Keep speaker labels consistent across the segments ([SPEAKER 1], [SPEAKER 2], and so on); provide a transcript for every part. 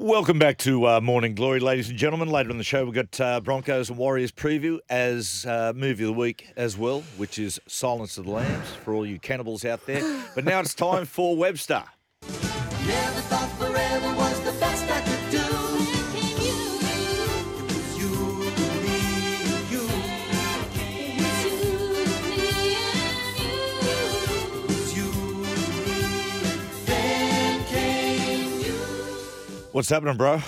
[SPEAKER 1] Welcome back to uh, Morning Glory, ladies and gentlemen. Later on the show, we've got uh, Broncos and Warriors preview as uh, movie of the week as well, which is Silence of the Lambs for all you cannibals out there. But now it's time for Webster.
[SPEAKER 2] Never thought forever was the best I could do. It was you, me, and you. It was you, me, then came you.
[SPEAKER 1] What's happening, bro?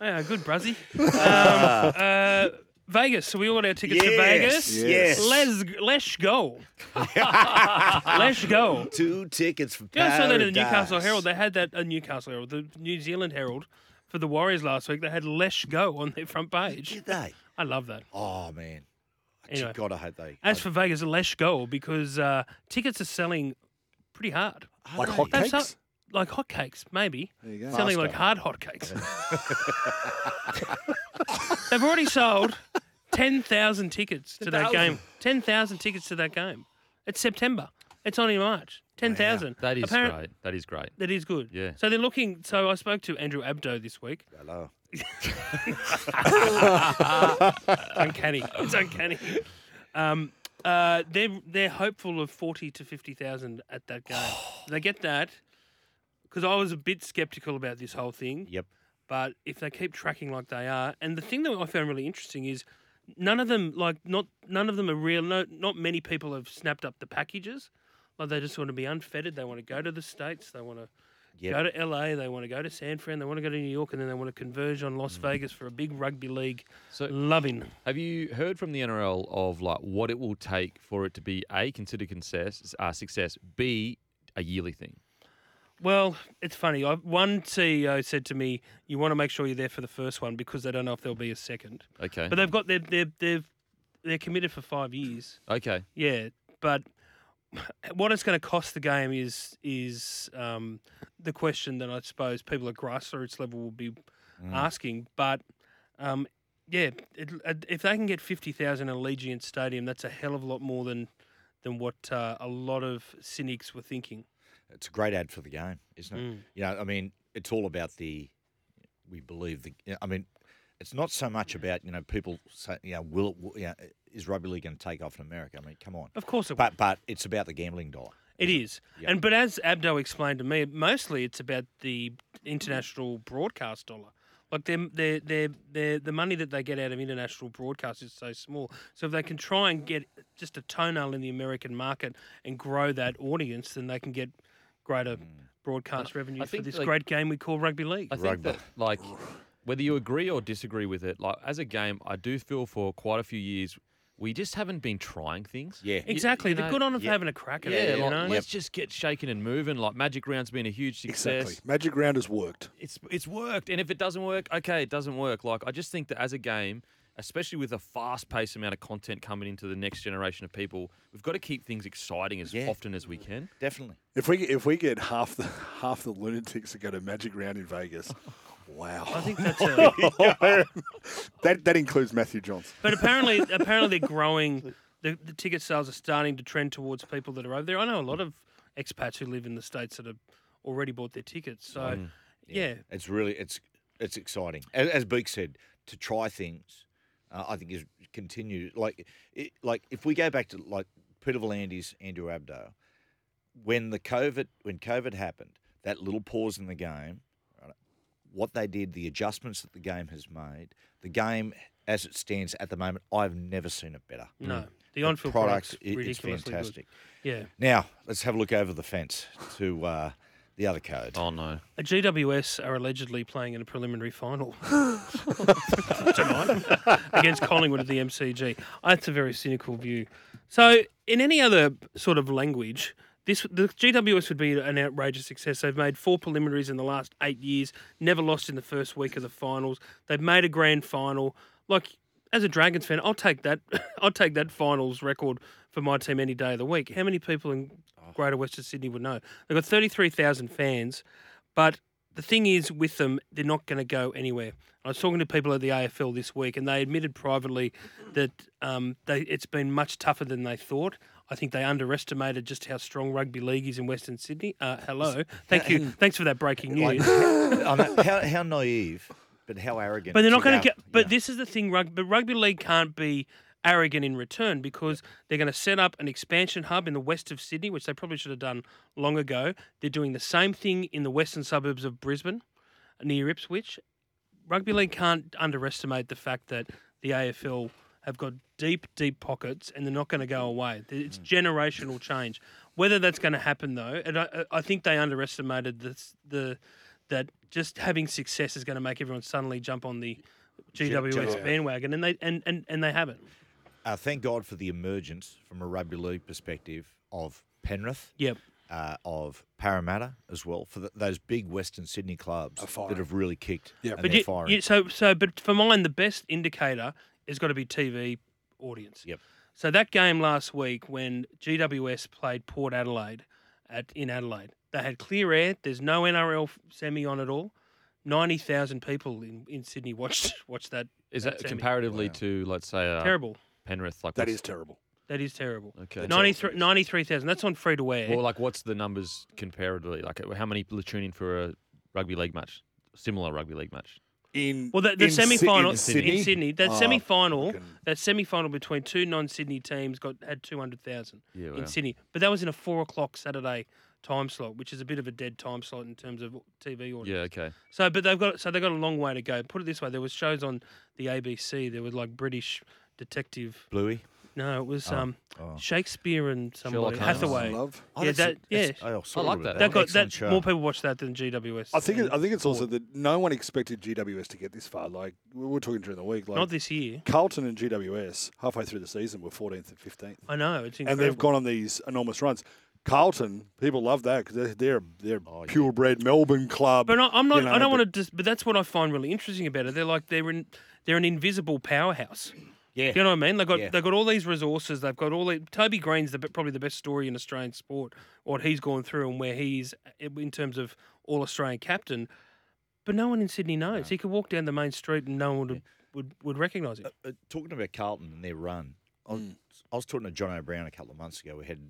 [SPEAKER 3] Yeah, good, Bruzzy. Um, uh, Vegas. So we all our tickets to Vegas.
[SPEAKER 1] Yes.
[SPEAKER 3] Let's let's go. let's go.
[SPEAKER 1] Two tickets for
[SPEAKER 3] Yeah, I saw that in the Newcastle
[SPEAKER 1] Paradise.
[SPEAKER 3] Herald. They had that uh, Newcastle Herald, the New Zealand Herald for the Warriors last week. They had Lesh Go on their front page.
[SPEAKER 1] Did they?
[SPEAKER 3] I love that.
[SPEAKER 1] Oh, man.
[SPEAKER 3] Anyway.
[SPEAKER 1] God, I hope they.
[SPEAKER 3] As for Vegas, Lesh Go because uh, tickets are selling pretty hard.
[SPEAKER 4] Like
[SPEAKER 3] They've
[SPEAKER 4] hotcakes?
[SPEAKER 3] sell- like hotcakes, maybe. There
[SPEAKER 4] you go.
[SPEAKER 3] Selling like hard hotcakes. They've already sold 10,000 tickets to that game. 10,000 tickets to that game. It's September. It's only March. 10,000.
[SPEAKER 5] That is
[SPEAKER 3] Apparent-
[SPEAKER 5] great. That is great.
[SPEAKER 3] That is good.
[SPEAKER 5] Yeah.
[SPEAKER 3] So they're looking. So I spoke to Andrew Abdo this week.
[SPEAKER 1] Hello.
[SPEAKER 3] Uncanny. it's uncanny. Um, uh, they're they're hopeful of forty to fifty thousand at that game. they get that because I was a bit skeptical about this whole thing.
[SPEAKER 1] Yep.
[SPEAKER 3] But if they keep tracking like they are, and the thing that I found really interesting is none of them like not none of them are real. No, not many people have snapped up the packages. Like they just want to be unfettered. They want to go to the states. They want to
[SPEAKER 1] Yep.
[SPEAKER 3] go to LA. They want to go to San Fran. They want to go to New York, and then they want to converge on Las Vegas for a big rugby league
[SPEAKER 5] Mm-hmm. So,
[SPEAKER 3] loving.
[SPEAKER 5] have you heard from the NRL of like what it will take for it to be a considered success, uh, success, b a yearly thing?
[SPEAKER 3] Well, it's funny. I, one CEO said to me, "You want to make sure you're there for the first one because they don't know if there'll be a second.
[SPEAKER 5] Okay.
[SPEAKER 3] But they've got their they're they're they're committed for five years.
[SPEAKER 5] okay.
[SPEAKER 3] Yeah, but what it's going to cost the game is is um, the question that I suppose people at grassroots level will be asking. But um, yeah, it, if they can get fifty thousand at Allegiant Stadium, that's a hell of a lot more than than what uh, a lot of cynics were thinking.
[SPEAKER 1] It's a great ad for the game, isn't it? You know, I mean, it's all about the. We believe the. I mean, it's not so much about you know people say you know will it, you know, is rugby league going to take off in America? I mean, come on.
[SPEAKER 3] Of course, it will.
[SPEAKER 1] But but it's about the gambling dollar.
[SPEAKER 3] It is,
[SPEAKER 1] Yeah.
[SPEAKER 3] and but as Abdo explained to me, mostly it's about the international broadcast dollar. Like their their their their the money that they get out of international broadcast is so small. So if they can try and get just a toenail in the American market and grow that audience, then they can get greater broadcast revenue for
[SPEAKER 5] think,
[SPEAKER 3] this
[SPEAKER 5] like-
[SPEAKER 3] great game we call rugby league.
[SPEAKER 5] I think that, like, whether you agree or disagree with it, like, as a game, I do feel for quite a few years, we just haven't been trying things.
[SPEAKER 1] Yeah.
[SPEAKER 5] Y-
[SPEAKER 3] exactly,
[SPEAKER 5] you
[SPEAKER 3] they're
[SPEAKER 5] know,
[SPEAKER 3] good on them for having a crack at
[SPEAKER 5] Yeah,
[SPEAKER 3] it. You
[SPEAKER 5] like,
[SPEAKER 3] know?
[SPEAKER 5] let's just get shaking and moving. Like, Magic Round's been a huge success.
[SPEAKER 4] Exactly. Magic round has worked.
[SPEAKER 5] it's it's worked. And if it doesn't work, okay, it doesn't work. Like I just think that as a game, especially with a fast-paced amount of content coming into the next generation of people, we've got to keep things exciting as
[SPEAKER 1] Yeah.
[SPEAKER 5] often as we can.
[SPEAKER 1] Definitely.
[SPEAKER 4] If we if we get half the half the lunatics to go to Magic Round in Vegas,
[SPEAKER 3] I
[SPEAKER 4] wow.
[SPEAKER 3] think that's a,
[SPEAKER 4] that that includes Matthew Johns.
[SPEAKER 3] But apparently, apparently they're growing. The, the ticket sales are starting to trend towards people that are over there. I know a lot of expats who live in the states that have already bought their tickets. So,
[SPEAKER 1] Mm.
[SPEAKER 3] yeah.
[SPEAKER 1] It's really it's it's exciting. As, as Beak said, to try things, uh, I think is continue like it, like if we go back to like Peter Volandes, Andrew Abdo, when the COVID when COVID happened, that little pause in the game, right, what they did, the adjustments that the game has made, the game as it stands at the moment, I've never seen it better.
[SPEAKER 3] no, the on-field products
[SPEAKER 1] Mm. i- it's
[SPEAKER 3] ridiculously good.
[SPEAKER 1] fantastic.
[SPEAKER 3] Yeah,
[SPEAKER 1] Now let's have a look over the fence to uh, the other code.
[SPEAKER 5] Oh no.
[SPEAKER 3] a GWS are allegedly playing in a preliminary final against Collingwood at the MCG. That's a very cynical view. So, in any other sort of language, This the GWS would be an outrageous success. They've made four preliminaries in the last eight years, never lost in the first week of the finals. They've made a grand final. Like as a Dragons fan, I'll take that. I'll take that finals record for my team any day of the week. How many people in Greater Western Sydney would know? They've got thirty-three thousand fans, but the thing is with them, they're not going to go anywhere. I was talking to people at the AFL this week, and they admitted privately that um, they, it's been much tougher than they thought. I think they underestimated just how strong rugby league is in Western Sydney. Uh, hello, thank you, thanks for that breaking
[SPEAKER 1] Like,
[SPEAKER 3] news.
[SPEAKER 1] I know, how, how naive, but how arrogant.
[SPEAKER 3] But they're not
[SPEAKER 1] to
[SPEAKER 3] going to
[SPEAKER 1] go-
[SPEAKER 3] get. But
[SPEAKER 1] yeah.
[SPEAKER 3] this is the thing, rugby. But rugby league can't be arrogant in return because they're going to set up an expansion hub in the west of Sydney, which they probably should have done long ago. They're doing the same thing in the western suburbs of Brisbane, near Ipswich. Rugby league can't underestimate the fact that the AFL have got deep, deep pockets, and they're not going to go away. Th- It's generational change. Whether that's going to happen though, and I, I I think they underestimated this, the that just having success is going to make everyone suddenly jump on the GWS
[SPEAKER 4] yeah.
[SPEAKER 3] bandwagon, and they and, and, and they haven't.
[SPEAKER 1] Uh, thank God for the emergence from a rugby league perspective of Penrith.
[SPEAKER 3] Yep.
[SPEAKER 1] uh, of Parramatta as well for th those big Western Sydney clubs
[SPEAKER 4] firing.
[SPEAKER 1] that have really kicked.
[SPEAKER 4] Yeah.
[SPEAKER 1] and
[SPEAKER 3] But
[SPEAKER 1] they're
[SPEAKER 3] you-
[SPEAKER 1] firing.
[SPEAKER 3] you- so so, but for mine, the best indicator has got to be TV audience.
[SPEAKER 1] Yep.
[SPEAKER 3] So that game last week when GWS played Port Adelaide at in Adelaide, they had clear air. There's no NRL f- semi on at all. Ninety thousand people in, in Sydney watched watched that.
[SPEAKER 5] Is
[SPEAKER 3] that
[SPEAKER 5] that
[SPEAKER 3] semi.
[SPEAKER 5] comparatively to, let's say,
[SPEAKER 1] Ah.
[SPEAKER 5] uh,
[SPEAKER 3] Terrible.
[SPEAKER 5] Penrith? Like
[SPEAKER 4] That
[SPEAKER 5] what's-
[SPEAKER 4] is terrible.
[SPEAKER 3] That is terrible.
[SPEAKER 5] Okay. That's
[SPEAKER 3] 93 93,000. That's on free to air.
[SPEAKER 5] Well, like, what's the numbers comparatively? Like, how many people tune in for a rugby league match? Similar rugby league match.
[SPEAKER 4] In
[SPEAKER 3] Well, the, the
[SPEAKER 4] in Sy-
[SPEAKER 3] semi final in Sydney,
[SPEAKER 4] Sydney?
[SPEAKER 3] that
[SPEAKER 4] Oh,
[SPEAKER 3] semi final,
[SPEAKER 4] fucking-
[SPEAKER 3] that semi final between two non Sydney teams got had two hundred thousand
[SPEAKER 5] Yeah, wow.
[SPEAKER 3] in Sydney, but that was in a four o'clock Saturday time slot, which is a bit of a dead time slot in terms of TV audience.
[SPEAKER 5] Yeah. Okay.
[SPEAKER 3] So, but they've got so they've got a long way to go. Put it this way, there was shows on the ABC. There was like British detective.
[SPEAKER 1] Bluey.
[SPEAKER 3] No, it was
[SPEAKER 4] Oh,
[SPEAKER 3] um, Shakespeare and somebody
[SPEAKER 5] Sherlock Holmes.
[SPEAKER 3] Hathaway.
[SPEAKER 4] Love.
[SPEAKER 1] Oh,
[SPEAKER 3] yeah,
[SPEAKER 1] that's
[SPEAKER 3] that,
[SPEAKER 1] a-
[SPEAKER 3] yeah.
[SPEAKER 1] that's- oh, saw
[SPEAKER 5] I
[SPEAKER 1] a little
[SPEAKER 5] like that.
[SPEAKER 1] bit
[SPEAKER 3] That
[SPEAKER 1] of
[SPEAKER 3] got
[SPEAKER 1] Excellent
[SPEAKER 3] that
[SPEAKER 1] show.
[SPEAKER 3] more people watch that than GWS.
[SPEAKER 4] I think it, I think it's also
[SPEAKER 3] Sport.
[SPEAKER 4] that no one expected GWS to get this far. Like we were talking during the week, like
[SPEAKER 3] not this year.
[SPEAKER 4] Carlton and GWS halfway through the season were 14th and 15th,
[SPEAKER 3] I know it's incredible.
[SPEAKER 4] and they've gone on these enormous runs. Carlton, people love that because they're they're, they're
[SPEAKER 1] Oh, yeah.
[SPEAKER 4] purebred Melbourne club.
[SPEAKER 3] But I, I'm not.
[SPEAKER 4] you know,
[SPEAKER 3] I don't
[SPEAKER 4] but-
[SPEAKER 3] want to. Dis- but that's what I find really interesting about it. They're like they're in. They're an invisible powerhouse.
[SPEAKER 1] Yeah.
[SPEAKER 3] You know what I mean? They got
[SPEAKER 1] Yeah.
[SPEAKER 3] they got all these resources. They've got all. The, Toby Green's the, probably the best story in Australian sport. What he's gone through and where he's in terms of all Australian captain. But no one in Sydney knows. He could walk down the main street and no one would would, would recognise him.
[SPEAKER 1] uh, talking about Carlton and their run, I
[SPEAKER 4] Mm.
[SPEAKER 1] was, I was talking to John O'Brien a couple of months ago. We had to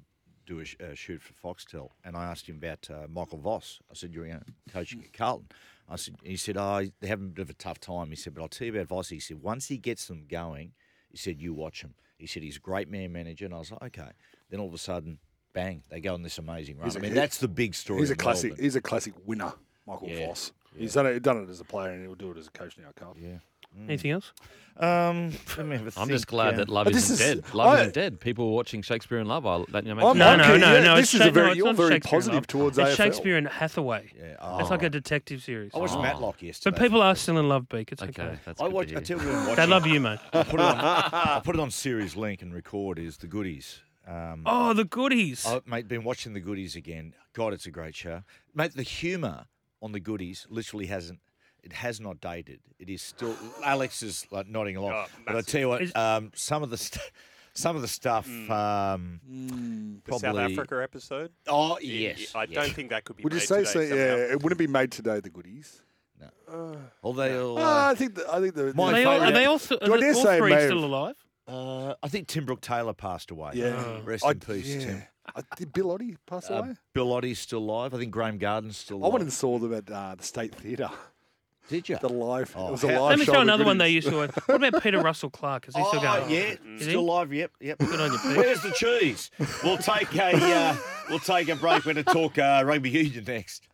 [SPEAKER 1] do a, sh- a shoot for Foxtel, and I asked him about uh, Michael Voss. I said, "You're you know,
[SPEAKER 4] Mm.
[SPEAKER 1] coaching at Carlton." I said, "He said, oh, they're having a bit of a tough time." He said, "But I'll tell you about Voss." He said, "Once he gets them going, he said, you watch him." He said, "He's a great man manager," and I was like, "Okay." Then all of a sudden, bang, they go on this amazing run.
[SPEAKER 4] He's
[SPEAKER 1] I
[SPEAKER 4] a-
[SPEAKER 1] mean,
[SPEAKER 4] he-
[SPEAKER 1] that's the big story.
[SPEAKER 4] he's a
[SPEAKER 1] in
[SPEAKER 4] classic.
[SPEAKER 1] Melbourne.
[SPEAKER 4] He's a classic winner, Michael
[SPEAKER 1] Yeah.
[SPEAKER 4] Foss. He's done it, done it as a player, and he'll do it as a coach now. Carlton. Mm.
[SPEAKER 3] Anything else?
[SPEAKER 1] Um, let me have a
[SPEAKER 5] I'm
[SPEAKER 1] think,
[SPEAKER 5] just glad
[SPEAKER 1] uh,
[SPEAKER 5] that love
[SPEAKER 4] But this
[SPEAKER 5] isn't
[SPEAKER 4] is-
[SPEAKER 5] dead. Love
[SPEAKER 4] I-
[SPEAKER 5] isn't dead. People were watching Shakespeare and Love. I, that, you know,
[SPEAKER 4] I'm
[SPEAKER 5] makes me
[SPEAKER 3] No,
[SPEAKER 4] okay,
[SPEAKER 3] no, no,
[SPEAKER 4] yeah,
[SPEAKER 3] no.
[SPEAKER 4] this
[SPEAKER 3] it's
[SPEAKER 4] is a
[SPEAKER 3] Sha- no,
[SPEAKER 4] very-
[SPEAKER 3] it's
[SPEAKER 4] you're
[SPEAKER 3] not
[SPEAKER 4] very
[SPEAKER 3] Shakespeare and
[SPEAKER 4] positive
[SPEAKER 3] Love.
[SPEAKER 4] towards
[SPEAKER 3] it's
[SPEAKER 4] AFL.
[SPEAKER 3] Shakespeare and Hathaway.
[SPEAKER 1] Yeah,
[SPEAKER 3] it's like
[SPEAKER 1] oh.
[SPEAKER 3] a detective series.
[SPEAKER 1] I watched
[SPEAKER 5] Oh.
[SPEAKER 1] Matlock yesterday.
[SPEAKER 3] But people are still in love, Beak. It's okay.
[SPEAKER 5] okay. That's
[SPEAKER 1] I
[SPEAKER 5] good to
[SPEAKER 1] watch. I
[SPEAKER 5] hear.
[SPEAKER 1] tell you, what I'm
[SPEAKER 3] They
[SPEAKER 1] watching.
[SPEAKER 3] love you, mate.
[SPEAKER 1] put it on, I put it on Series Link and record is the goodies. Um,
[SPEAKER 3] Oh, the goodies.
[SPEAKER 1] I, mate, been watching the goodies again. God, it's a great show, mate. The humour on the goodies literally hasn't. It has not dated. It is still. Alex is like nodding along.
[SPEAKER 6] Oh,
[SPEAKER 1] but I tell you
[SPEAKER 3] Is-
[SPEAKER 1] what, um, some of the st- some of the stuff. Um,
[SPEAKER 6] Hmm. The South
[SPEAKER 1] probably-
[SPEAKER 6] Africa episode.
[SPEAKER 1] Oh
[SPEAKER 6] I-
[SPEAKER 1] yes,
[SPEAKER 6] I don't
[SPEAKER 1] yes.
[SPEAKER 6] think that could be.
[SPEAKER 4] Would you
[SPEAKER 6] made
[SPEAKER 4] say
[SPEAKER 6] today
[SPEAKER 4] so? Yeah,
[SPEAKER 6] somehow.
[SPEAKER 4] it wouldn't be made today. The goodies.
[SPEAKER 1] Although
[SPEAKER 4] Ah,
[SPEAKER 1] uh,
[SPEAKER 4] I think. The, I think the.
[SPEAKER 1] My
[SPEAKER 3] Are
[SPEAKER 4] the-
[SPEAKER 3] they all, are
[SPEAKER 1] favourite-
[SPEAKER 3] they all, th-
[SPEAKER 4] Do I
[SPEAKER 3] are the-
[SPEAKER 4] dare
[SPEAKER 3] all
[SPEAKER 4] say it
[SPEAKER 3] three
[SPEAKER 4] may
[SPEAKER 3] still
[SPEAKER 4] have-
[SPEAKER 3] alive?
[SPEAKER 1] uh, I think Tim Brooke Taylor passed away.
[SPEAKER 4] Yeah.
[SPEAKER 1] rest
[SPEAKER 4] I-
[SPEAKER 1] in peace,
[SPEAKER 4] yeah.
[SPEAKER 1] Tim.
[SPEAKER 4] I, did Bill Oddie pass
[SPEAKER 1] Uh,
[SPEAKER 4] away?
[SPEAKER 1] Bill Oddie's still alive. I think Graham Garden's still
[SPEAKER 4] I
[SPEAKER 1] alive.
[SPEAKER 4] went and saw them at uh, the State Theatre.
[SPEAKER 1] Did you?
[SPEAKER 4] The live.
[SPEAKER 1] Oh,
[SPEAKER 4] it was a
[SPEAKER 1] how-
[SPEAKER 4] live
[SPEAKER 3] Let me
[SPEAKER 4] show.
[SPEAKER 3] throw
[SPEAKER 4] of the
[SPEAKER 3] another one they
[SPEAKER 4] goodies.
[SPEAKER 3] used to. What about Peter Russell Clark? Is he still
[SPEAKER 1] Oh,
[SPEAKER 3] going?
[SPEAKER 1] yeah,
[SPEAKER 3] Is he?
[SPEAKER 1] still live. Yep, yep.
[SPEAKER 3] Good on you, Pete.
[SPEAKER 1] Where's the cheese? We'll take a uh, we'll take a break. We're going to talk uh, rugby union next.